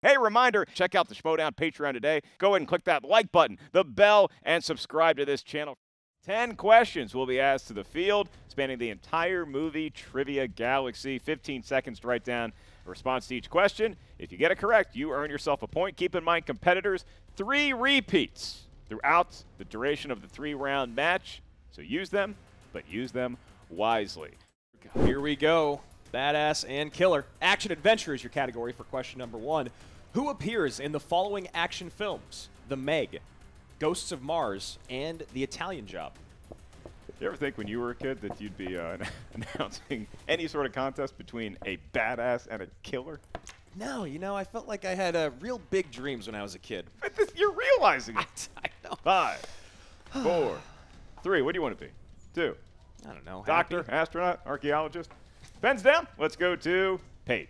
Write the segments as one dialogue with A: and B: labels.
A: Hey, reminder, check out the Schmodown Patreon today. Go ahead and click that like button, the bell, and subscribe to this channel. 10 questions will be asked to the field, spanning the entire movie trivia galaxy. 15 seconds to write down a response to each question. If you get it correct, you earn yourself a point. Keep in mind, competitors, three repeats throughout the duration of the three round match. So use them, but use them wisely.
B: Here we go. Badass and killer. Action adventure is your category for question number one. Who appears in the following action films? The Meg, Ghosts of Mars, and The Italian Job.
A: You ever think when you were a kid that you'd be uh, announcing any sort of contest between a badass and a killer?
B: No, you know, I felt like I had uh, real big dreams when I was a kid.
A: But this, you're realizing it.
B: I know.
A: Five, four, three. What do you want to be? Two.
B: I don't know.
A: Doctor,
B: happy.
A: astronaut, archaeologist. Pens down. Let's go to Paige.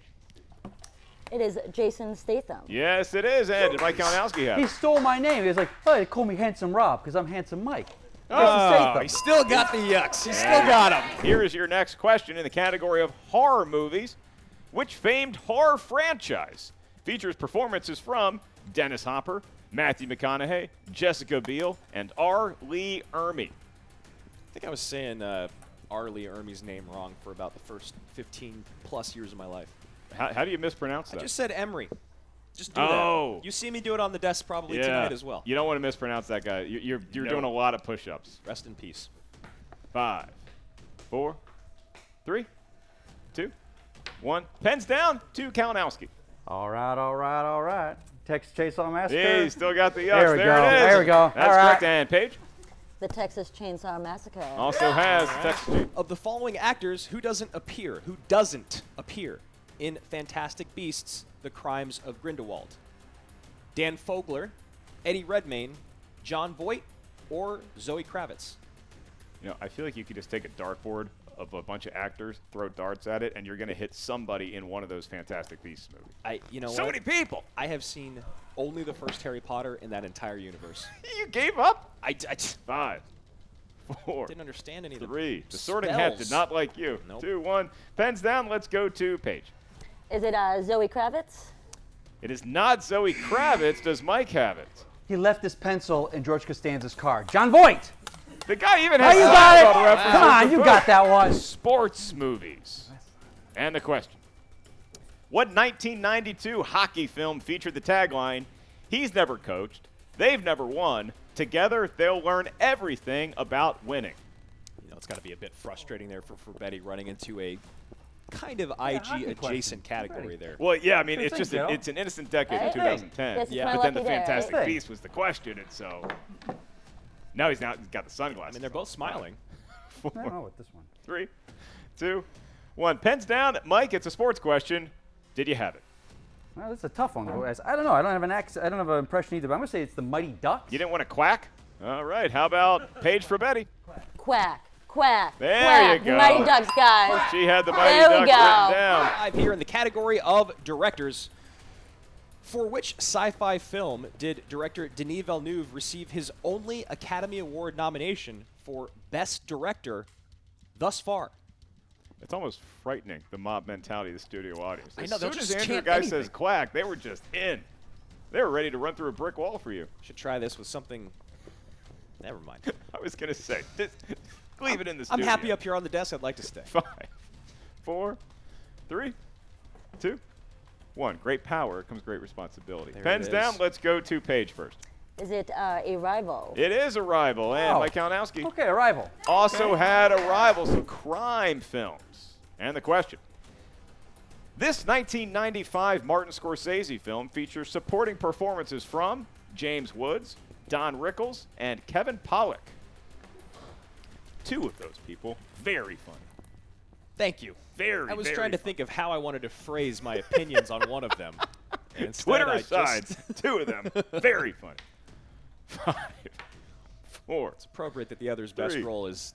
C: It is Jason Statham.
A: Yes, it is. And did Mike Kalinowski have?
D: He
A: it?
D: stole my name. He was like, oh, they call me Handsome Rob because I'm Handsome Mike.
A: Oh,
B: He still got the yucks. He still got them.
A: Here is your next question in the category of horror movies. Which famed horror franchise features performances from Dennis Hopper, Matthew McConaughey, Jessica Biel, and R. Lee Ermey?
B: I think I was saying uh, Arlie Ermey's name wrong for about the first 15 plus years of my life.
A: How, how do you mispronounce that?
B: I just said Emery. Just do
A: Oh.
B: that. You see me do it on the desk probably tonight as well.
A: You don't want to mispronounce that guy. You- You're, you're doing a lot of push-ups.
B: Rest in peace.
A: Five, four, three, two, one. Pens down to Kalinowski.
D: All right, all right, all right. Text Chase on Massacre.
A: Yeah, he's still got the yucks.
D: There we go,
A: it is.
D: there we go.
A: That's
D: All right.
A: correct. And Paige
C: The Texas Chainsaw Massacre.
A: also has the Texas.
B: Of the following actors, who doesn't appear? Who doesn't appear in Fantastic Beasts: The Crimes of Grindelwald? Dan Fogler, Eddie Redmayne, John Voight, or Zoe Kravitz?
A: You know, I feel like you could just take a dartboard of a bunch of actors, throw darts at it, and you're going to hit somebody in one of those Fantastic Beasts movies.
B: I, you know,
A: So
B: what?
A: many people.
B: I have seen only the first Harry Potter in that entire universe.
A: You gave up?
B: I, d- I d-
A: Five, four,
B: didn't understand any of the
A: three. The Sorting Hat did
B: spells.
A: not like you.
B: Nope.
A: Two, one. Pens down. Let's go to Paige.
C: Is it uh, Zoe Kravitz?
A: It is not Zoe Kravitz. Does Mike have it?
D: He left his pencil in George Costanza's car. John Voight!
A: The guy even
D: Oh,
A: has
D: you
A: basketball
D: got it!
A: references
D: Come on,
A: to
D: you
A: both
D: got that one.
A: Sports movies. And the question. What 1992 hockey film featured the tagline, He's never coached, they've never won, together they'll learn everything about winning?
B: You know, it's got to be a bit frustrating there for, for Betty running into a kind of
D: hockey
B: IG
D: question.
B: adjacent category
D: Ready.
B: there.
A: Well, yeah, I mean, it's
D: thing,
A: just a,
D: Joe.
A: it's an innocent decade in
C: Hey, hey,
A: 2010.
C: this is Yeah. my
A: But then the
C: lucky day.
A: Fantastic
D: Good thing.
A: Beast was the question, and so now he's now he's got the sunglasses.
B: I mean, they're both smiling.
D: I don't know what this one.
A: Three, two, one. Pens down. Mike, it's a sports question. Did you have it?
D: Well, this is a tough one. guys. I don't know. I don't have an accent. I don't have an impression either, but I'm going to say it's the Mighty Ducks.
A: You didn't want to quack? All right. How about Paige for Betty?
C: Quack, quack,
A: There
C: quack.
A: you go.
C: Mighty Ducks, guys.
A: She had the Mighty
C: There we
A: Ducks
C: go.
A: written down.
B: Five here in the category of directors. For which sci-fi film did director Denis Villeneuve receive his only Academy Award nomination for Best Director thus far?
A: It's almost frightening, the mob mentality of the studio audience.
B: I
A: As
B: know, they'll
A: soon as
B: just
A: Andrew
B: chant
A: Guy
B: anything.
A: says quack, they were just in. They were ready to run through a brick wall for you.
B: Should try this with something. Never mind.
A: I was going to say, just leave it in the
B: I'm
A: studio.
B: happy up here on the desk. I'd like to stay.
A: Five, four, three, two, one. One, great power comes great responsibility.
B: There it
A: Pens down.
B: is.
A: Let's go to Page first.
C: Is it uh, a rival?
A: It is a rival, and
D: Oh.
A: Mike Kalinowski
D: Okay, Arrival.
A: also had a rival, some crime films. And the question. This 1995 Martin Scorsese film features supporting performances from James Woods, Don Rickles, and Kevin Pollak. Two of those people, very funny.
B: Thank you.
A: Very,
B: I was
A: very
B: trying to
A: funny.
B: think of how I wanted to phrase my opinions on one of them. And instead,
A: Twitter
B: I
A: aside,
B: just-
A: two of them, very funny. Five, four,
B: appropriate that the other's best
A: Three.
B: role is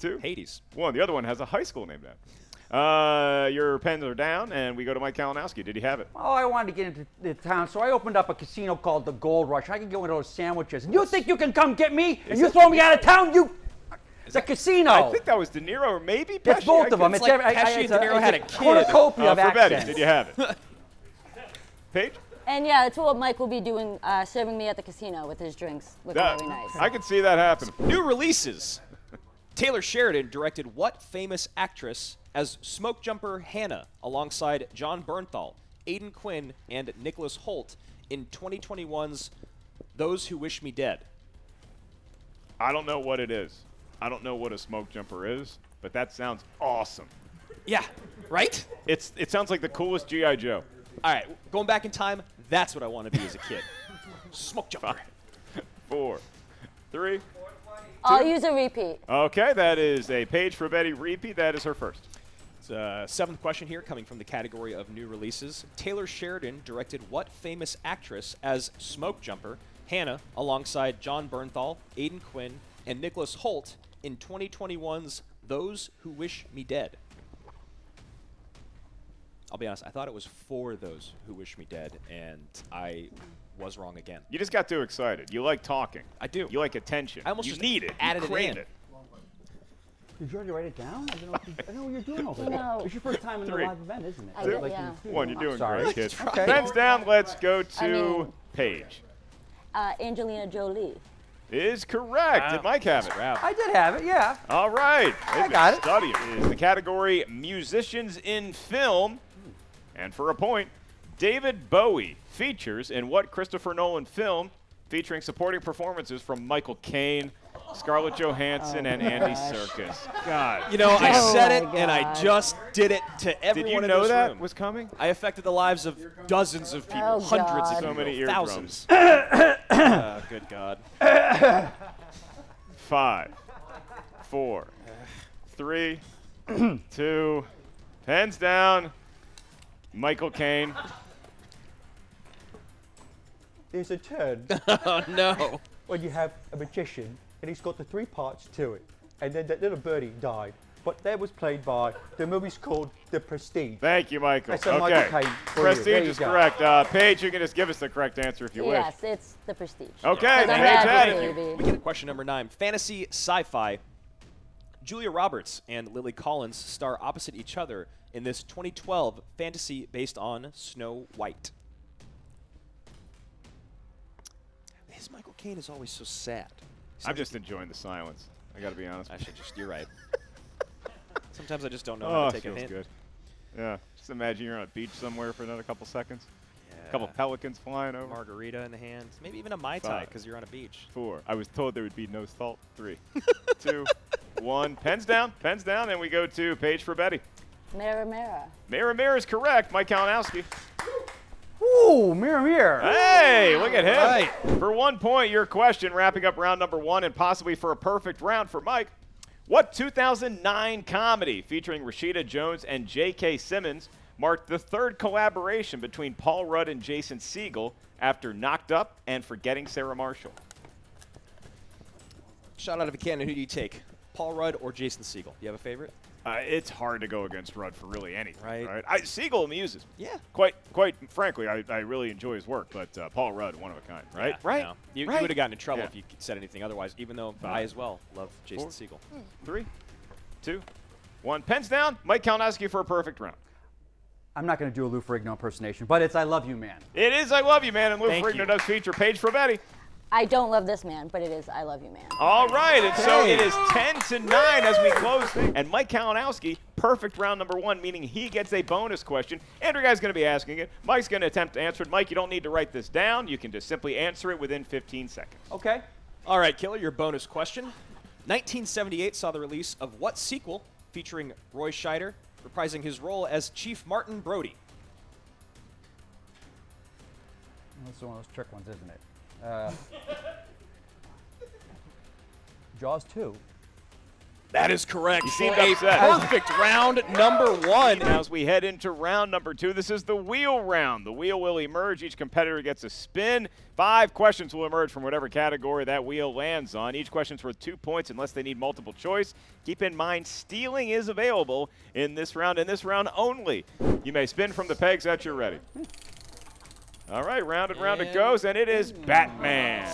A: two,
B: Hades.
A: One. The other one has a high school named after. him. Uh, your pens are down, and we go to Mike Kalinowski. Did he have it?
D: Oh, I wanted to get into the town, so I opened up a casino called the Gold Rush. I could get one of those sandwiches. And you think you can come get me? And you throw me out of town? You. It's a casino.
A: I think that was De Niro, or maybe Pesci.
D: it's both
A: I
D: of them.
A: guess.
D: It's,
B: like
D: every, I- I-
B: Pesci
D: it's
B: and De Niro had a
D: it's
B: kid.
D: cornucopia
A: Uh,
D: of
A: for Betty,
D: accents.
A: did you have it? Paige?
C: And yeah, that's what Mike will be doing, uh, serving me at the casino with his drinks. Looking
A: That-
C: very nice.
A: I could see that happen.
B: New releases. Taylor Sheridan directed what famous actress as Smoke Jumper Hannah alongside John Bernthal, Aidan Quinn, and Nicholas Holt in 2021's Those Who Wish Me Dead?
A: I don't know what it is. I don't know what a smoke jumper is, but that sounds awesome.
B: Yeah, right?
A: It's it sounds like the coolest GI Joe.
B: All right, going back in time, that's what I want to be as a kid. Smoke Jumper.
A: Four, three.
C: I'll use a repeat.
A: Okay, that is a page for Betty repeat. That is her first.
B: It's, uh, seventh question here, coming from the category of new releases. Taylor Sheridan directed what famous actress as Smoke Jumper, Hannah, alongside John Bernthal, Aidan Quinn, and Nicholas Holt in 2021's Those Who Wish Me Dead? I'll be honest, I thought it was for Those Who Wish Me Dead, and I was wrong again.
A: You just got too excited. You like talking.
B: I do.
A: You like attention.
B: I almost
A: you
B: just
A: need it.
B: added
A: you
B: it
A: crave
B: in.
A: it.
D: Did you already write it down? I don't know, what you- I don't know what you're doing over there.
C: No.
D: It's your first time in
A: Three.
D: a live event, isn't it?
C: I did, yeah.
D: in the
A: One, you're
D: studio.
A: doing
D: I'm
A: great,
D: sorry.
A: kid.
D: Okay.
A: Pens down. Let's go to
C: I mean-
A: Paige.
C: Uh, Angelina Jolie.
A: Is correct. Did Mike have it?
B: Wow.
D: I did have it, yeah.
A: All right. I
D: got it.
A: Study it is the category musicians in film. And for a point, David Bowie features in what Christopher Nolan film featuring supporting performances from Michael Caine, Scarlett Johansson, and Andy Serkis. God.
B: You know, I
C: Oh
B: said
C: my
B: it, and I
C: God.
B: just did it to everyone
A: Did you
B: in
A: know
B: this
A: that
B: room.
A: was coming?
B: I affected the lives of dozens of people,
C: Oh,
B: hundreds
C: God.
B: of
A: So
B: people,
A: many eardrums.
B: thousands. Ah, good God.
A: Five, four, three, two, pens down. Michael Caine.
E: There's a turn
B: Oh, No.
E: when you have a magician and he's got the three parts to it. And then that little birdie died. But that was played by the movie's called The Prestige.
A: Thank you, Michael.
E: I said Michael
A: okay.
E: Caine for you. There
A: Prestige
E: you
A: is
E: go.
A: correct. Uh, Paige, you can just give us the correct answer if you
C: Yes,
A: wish.
C: it's the Prestige.
A: Okay,
C: Because I'm
A: Paige
C: bad
A: had
C: with
A: it.
C: baby.
B: Question number nine Fantasy sci fi. Julia Roberts and Lily Collins star opposite each other in this 2012 fantasy based on Snow White. His Michael Caine is always so sad.
A: I'm just enjoying the silence. I got to be honest.
B: I
A: with you.
B: should just, you're right. Sometimes I just don't know how
A: Oh,
B: to
A: it
B: take a
A: feels
B: hint.
A: good. Yeah. Just imagine you're on a beach somewhere for another couple seconds. A couple
B: Yeah.
A: pelicans flying over.
B: margarita in the hand, maybe even a mai tai
A: Five.
B: because you're on a beach.
A: Four. I was told there would be no salt. Three, two, one. Pens down. Pens down, and we go to Paige for Betty.
C: Mara Mara.
A: Mayor Mayor is correct. Mike Kalinowski.
D: Ooh, mirror, mirror.
A: Hey, look at him.
B: Right.
A: For one point, your question, wrapping up round number one and possibly for a perfect round for Mike. What 2009 comedy featuring Rashida Jones and J.K. Simmons marked the third collaboration between Paul Rudd and Jason Segel after Knocked Up and Forgetting Sarah Marshall?
B: Shot out of a cannon. Who do you take, Paul Rudd or Jason Segel? You have a favorite?
A: Uh, it's hard to go against Rudd for really anything, right?
B: Right.
A: I, Siegel amuses. me.
B: Yeah.
A: Quite, quite frankly, I, I really enjoy his work, but uh, Paul Rudd, one of a kind, right?
B: Yeah,
A: right.
B: no. You,
A: Right.
B: would have gotten in trouble
A: Yeah.
B: if you said anything otherwise. Even though I
A: Five.
B: as well love Jason
A: Four.
B: Segel.
F: Hmm.
A: Three, two, one. Pens down. Mike Kalinowski for a perfect round.
D: I'm not going to do a Lou Ferrigno impersonation, but it's I Love You Man.
A: It is I Love You Man, and Lou
B: Thank
A: Ferrigno
B: you.
A: does feature Paige Betty.
C: I don't love this man, but it is I love you, man.
A: All right, and so it is 10 to 9 as we close things. And Mike Kalinowski, perfect round number one, meaning he gets a bonus question. Andrew Guy's going to be asking it. Mike's going to attempt to answer it. Mike, you don't need to write this down. You can just simply answer it within 15 seconds.
B: Okay. All right, Killer, your bonus question. 1978 saw the release of what sequel featuring Roy Scheider reprising his role as Chief Martin Brody?
D: That's one of those trick ones, isn't it? Uh, Jaws 2.
B: That is correct. You
A: seemed
B: a
A: upset.
B: perfect round number one.
A: Now, as we head into round number two, this is the wheel round. The wheel will emerge. Each competitor gets a spin. Five questions will emerge from whatever category that wheel lands on. Each question's worth two points unless they need multiple choice. Keep in mind, stealing is available in this round, in this round only. You may spin from the pegs that you're ready. All right, round and round it goes, and it is Batman.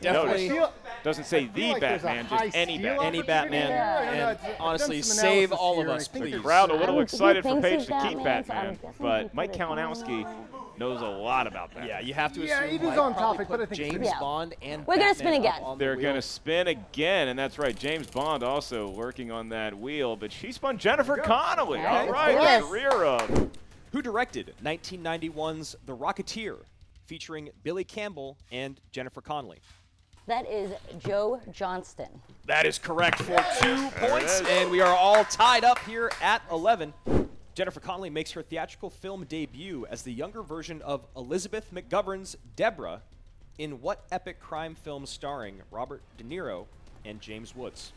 B: Definitely.
A: Notice, doesn't say the Batman, just any Batman.
B: Any Batman. And honestly, save all of us, please.
A: The crowd a little
C: he
A: excited for
C: thinks
A: Paige
C: he's
A: to keep
C: Batman, so
A: Batman,
C: I'm guessing he
A: but
C: put
A: Mike
C: it on
A: Kalinowski knows a lot about that.
B: Yeah, you have to
F: Yeah,
B: assume
F: it is
B: Mike
F: on
B: probably
F: topic, but
B: put
F: I think it's
B: James
C: Yeah.
B: Bond and
C: We're
B: Batman
C: gonna spin
B: up
C: again.
B: on the
A: They're
B: wheel.
A: going to spin again, and that's right. James Bond also working on that wheel, but she spun Jennifer Connelly. All
C: Of
A: right,
C: course.
A: the rear of.
B: Who directed 1991's The Rocketeer, featuring Billy Campbell and Jennifer Connelly?
C: That is Joe Johnston.
B: That is correct for two
A: it
B: points,
A: is.
B: and we are all tied up here at 11. Jennifer Connelly makes her theatrical film debut as the younger version of Elizabeth McGovern's Deborah in what epic crime film starring Robert De Niro and James Woods?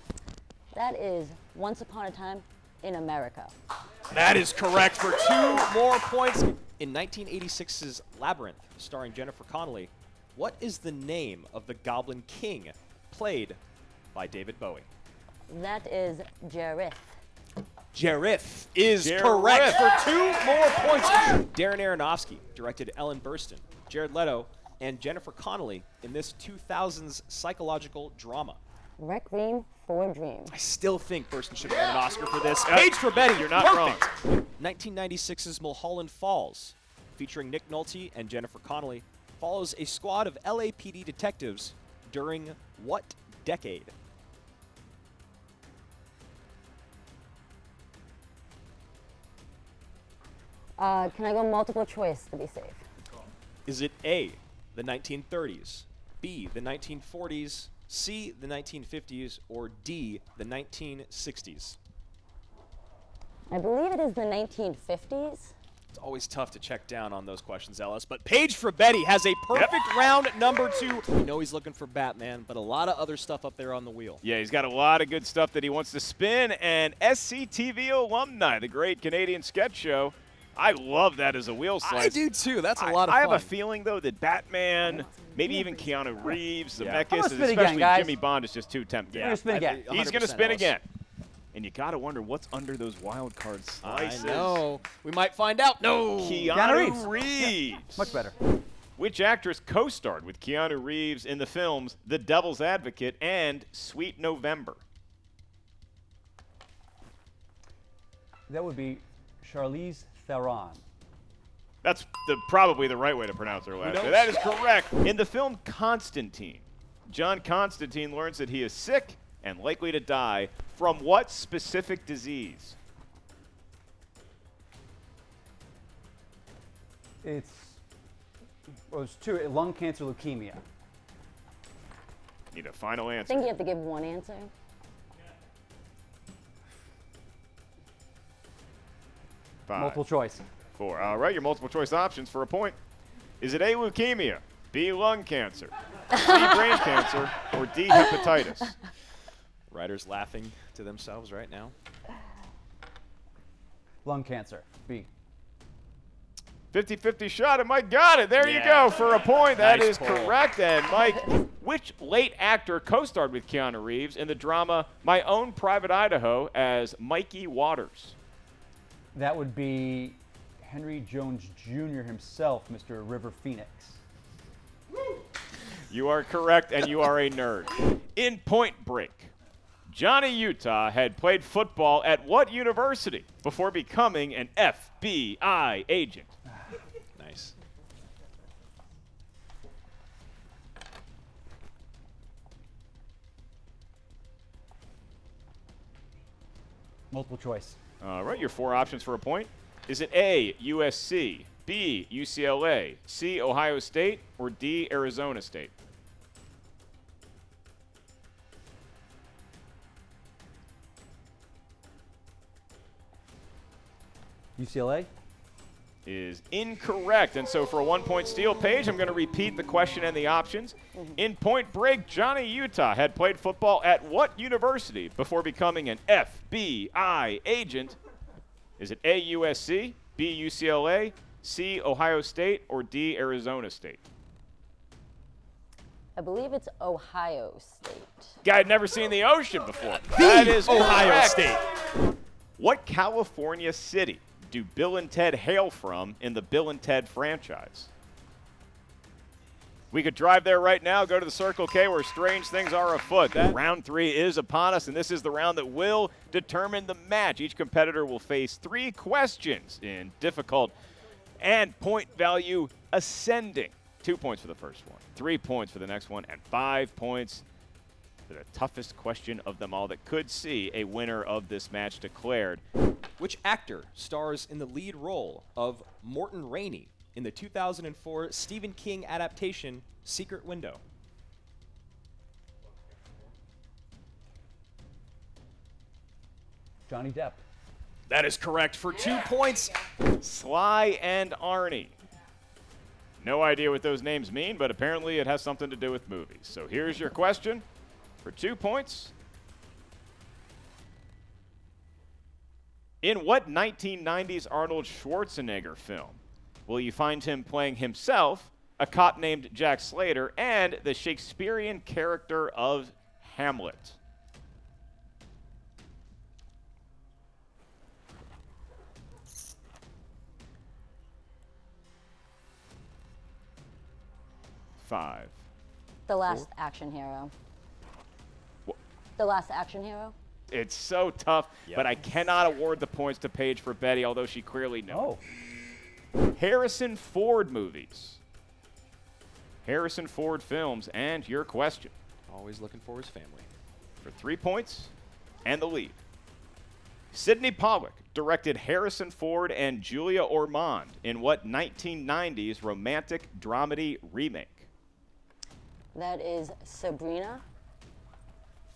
C: That is Once Upon a Time in America.
B: That is correct for two more points. In 1986's Labyrinth, starring Jennifer Connelly, what is the name of the Goblin King, played by David Bowie?
C: That is Jareth.
B: Jareth is
A: Jareth.
B: correct for two more points. Darren Aronofsky directed Ellen Burstyn, Jared Leto, and Jennifer Connelly in this 2000s psychological drama.
C: Requiem for a Dream.
B: I still think Burstyn should have won an Oscar for this. Page for Betty,
A: You're not wrong.
B: wrong. 1996's Mulholland Falls, featuring Nick Nolte and Jennifer Connelly, follows a squad of LAPD detectives during what decade?
C: Uh, can I go multiple choice to be safe?
B: Is it A, the 1930s, B, the 1940s, C, the 1950s, or D, the 1960s?
C: I believe it is the 1950s.
B: It's always tough to check down on those questions, Ellis. But Paige for Betty has a perfect round number two. I know he's looking for Batman, but a lot of other stuff up there on the wheel.
A: Yeah, he's got a lot of good stuff that he wants to spin. And SCTV alumni, the great Canadian sketch show. I love that as a wheel slice.
B: I do too. That's a
A: I-
B: lot of
A: I
B: fun.
A: have a feeling though that Batman, maybe even Keanu Reeves,
D: I'm
A: Zemeckis,
D: gonna
A: and
D: spin again,
A: especially
D: guys.
A: Jimmy Bond is just too tempting.
D: We're gonna spin again.
B: I-
A: He's going to
B: 100%
A: spin
B: Ellis.
A: again. And you got to wonder what's under those wild card
B: I
A: slices.
B: know. We might find out. No.
D: Keanu
A: Keanu
D: Reeves.
A: Reeves.
D: Much better.
A: Which actress co-starred with Keanu Reeves in the films The Devil's Advocate and Sweet November?
D: That would be Charlize Theron.
A: That's the, probably the right way to pronounce her last name. That is correct. In the film Constantine, John Constantine learns that he is sick and likely to die from what specific disease?
D: It's, well, it's two, lung cancer leukemia.
A: Need a final
C: I
A: answer.
C: think you have to give one answer.
A: Five,
D: Multiple choice.
A: four. All right, your multiple choice options for a point. Is it A, leukemia, B, lung cancer, C, brain cancer, or D, hepatitis?
B: Writers laughing to themselves right now.
D: Lung cancer. B.
A: 50 50 shot, and Mike got it. There you go for a point. That
B: Nice
A: is
B: pull.
A: correct. And Mike, which late actor co starred with Keanu Reeves in the drama My Own Private Idaho as Mikey Waters?
D: That would be Henry Jones Jr. himself, Mr. River Phoenix.
A: You are correct, and you are a nerd. In Point Break, Johnny Utah had played football at what university before becoming an FBI agent?
B: Nice.
D: Multiple choice.
A: All right, your four options for a point. Is it A, USC, B, UCLA, C, Ohio State, or D, Arizona State?
D: UCLA?
A: is incorrect. And so for a one point steal, Paige, I'm going to repeat the question and the options. In point break, Johnny Utah had played football at what university before becoming an FBI agent? Is it A, USC, B, UCLA, C, Ohio State, or D, Arizona State?
C: I believe it's Ohio State.
A: Guy had never seen the ocean before. that is
F: Ohio
A: correct.
F: State.
A: What California city do Bill and Ted hail from in the Bill and Ted franchise? We could drive there right now, go to the Circle K where strange things are afoot. That round three is upon us, and this is the round that will determine the match. Each competitor will face three questions in difficult and point value ascending. Two points for the first one, three points for the next one, and five points for the toughest question of them all that could see a winner of this match declared.
B: Which actor stars in the lead role of Morton Rainey in the 2004 Stephen King adaptation Secret Window?
D: Johnny Depp.
A: That is correct for two points. Sly and Arnie. No idea what those names mean, but apparently it has something to do with movies. So here's your question for two points. In what 1990s Arnold Schwarzenegger film will you find him playing himself, a cop named Jack Slater, and the Shakespearean character of Hamlet? Five.
C: The last action hero. The last action hero?
A: It's so tough, but I cannot award the points to Paige for Betty, although she clearly knows.
B: Oh.
A: Harrison Ford movies. Harrison Ford films, and your question.
B: Always looking for his family.
A: For three points and the lead. Sidney Pollock directed Harrison Ford and Julia Ormond in what 1990s romantic dramedy remake?
C: That is Sabrina.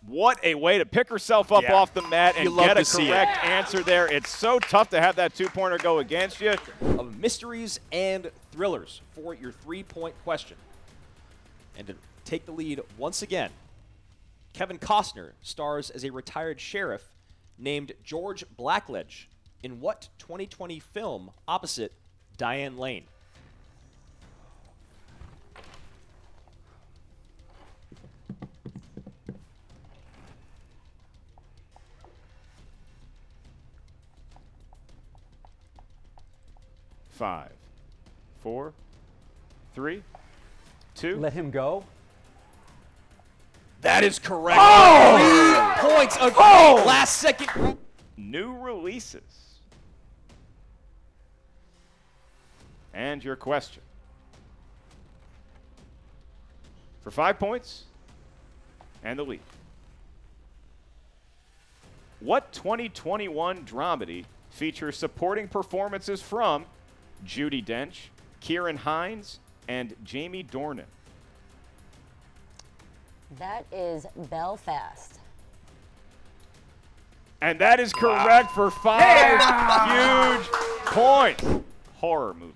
A: What a way to pick herself up
F: Yeah.
A: off the mat and
B: You love
A: get a
B: to see it.
A: correct answer there. It's so tough to have that two pointer go against you.
B: Of mysteries and thrillers for your three point question. And to take the lead once again, Kevin Costner stars as a retired sheriff named George Blackledge in what 2020 film opposite Diane Lane?
A: five, four, three, two.
D: Let him go.
B: That is correct. Three points. A last second.
A: New releases. And your question. For five points and the lead. What 2021 dramedy features supporting performances from Judy Dench, Kieran Hines, and Jamie Dornan?
C: That is Belfast.
A: And that is correct for five huge points. Horror movies.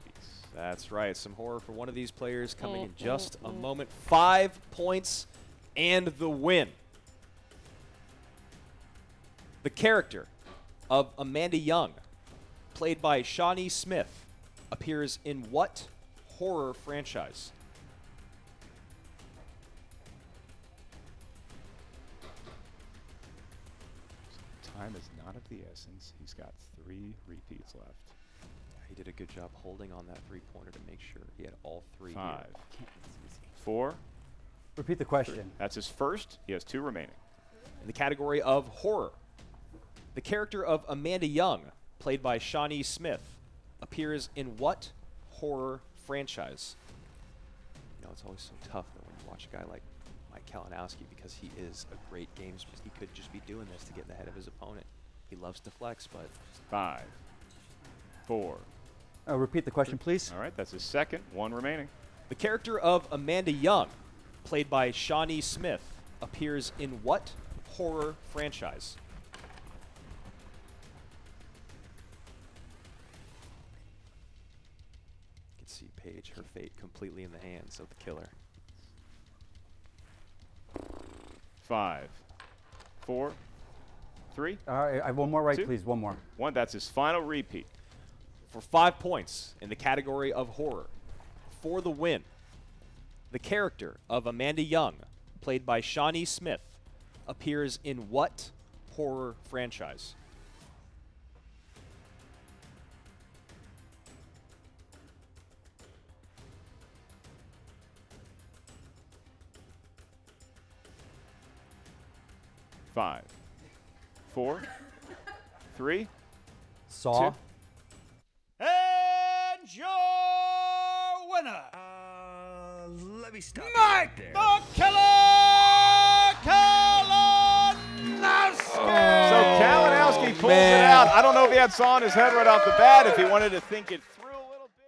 B: That's right. Some horror for one of these players coming in just a moment. Five points and the win. The character of Amanda Young, played by Shawnee Smith, appears in what horror franchise?
A: Time is not of the essence. He's got three repeats left.
B: He did a good job holding on that three pointer to make sure he had all three. here.
A: Five, four.
D: Repeat the question.
A: That's his first. He has two remaining.
B: in the category of horror. The character of Amanda Young, played by Shawnee Smith, appears in what horror franchise? You know, it's always so tough though when you watch a guy like Mike Kalinowski because he is a great games. He could just be doing this to get in the head of his opponent. He loves to flex, but
A: Five, four.
D: Uh, repeat the question, please.
A: All right, that's his second. One remaining.
B: the character of Amanda Young, played by Shawnee Smith, appears in what horror franchise? You can see Paige, her fate completely in the hands of the killer.
A: Five, four, three,
D: All right, I have one more right,
A: Two.
D: please. One more.
A: one. That's his final repeat.
B: for five points in the category of horror for the win. The character of Amanda Young, played by Shawnee Smith, appears in what horror franchise?
A: Five, four, three,
D: Saw.
A: Two. and your winner,
F: Uh, let me stop.
A: Mike the Killer Kalinowski. So Kalinowski pulls it out. I don't know if he had saw in his head right off the bat. If he wanted to think it through a little bit.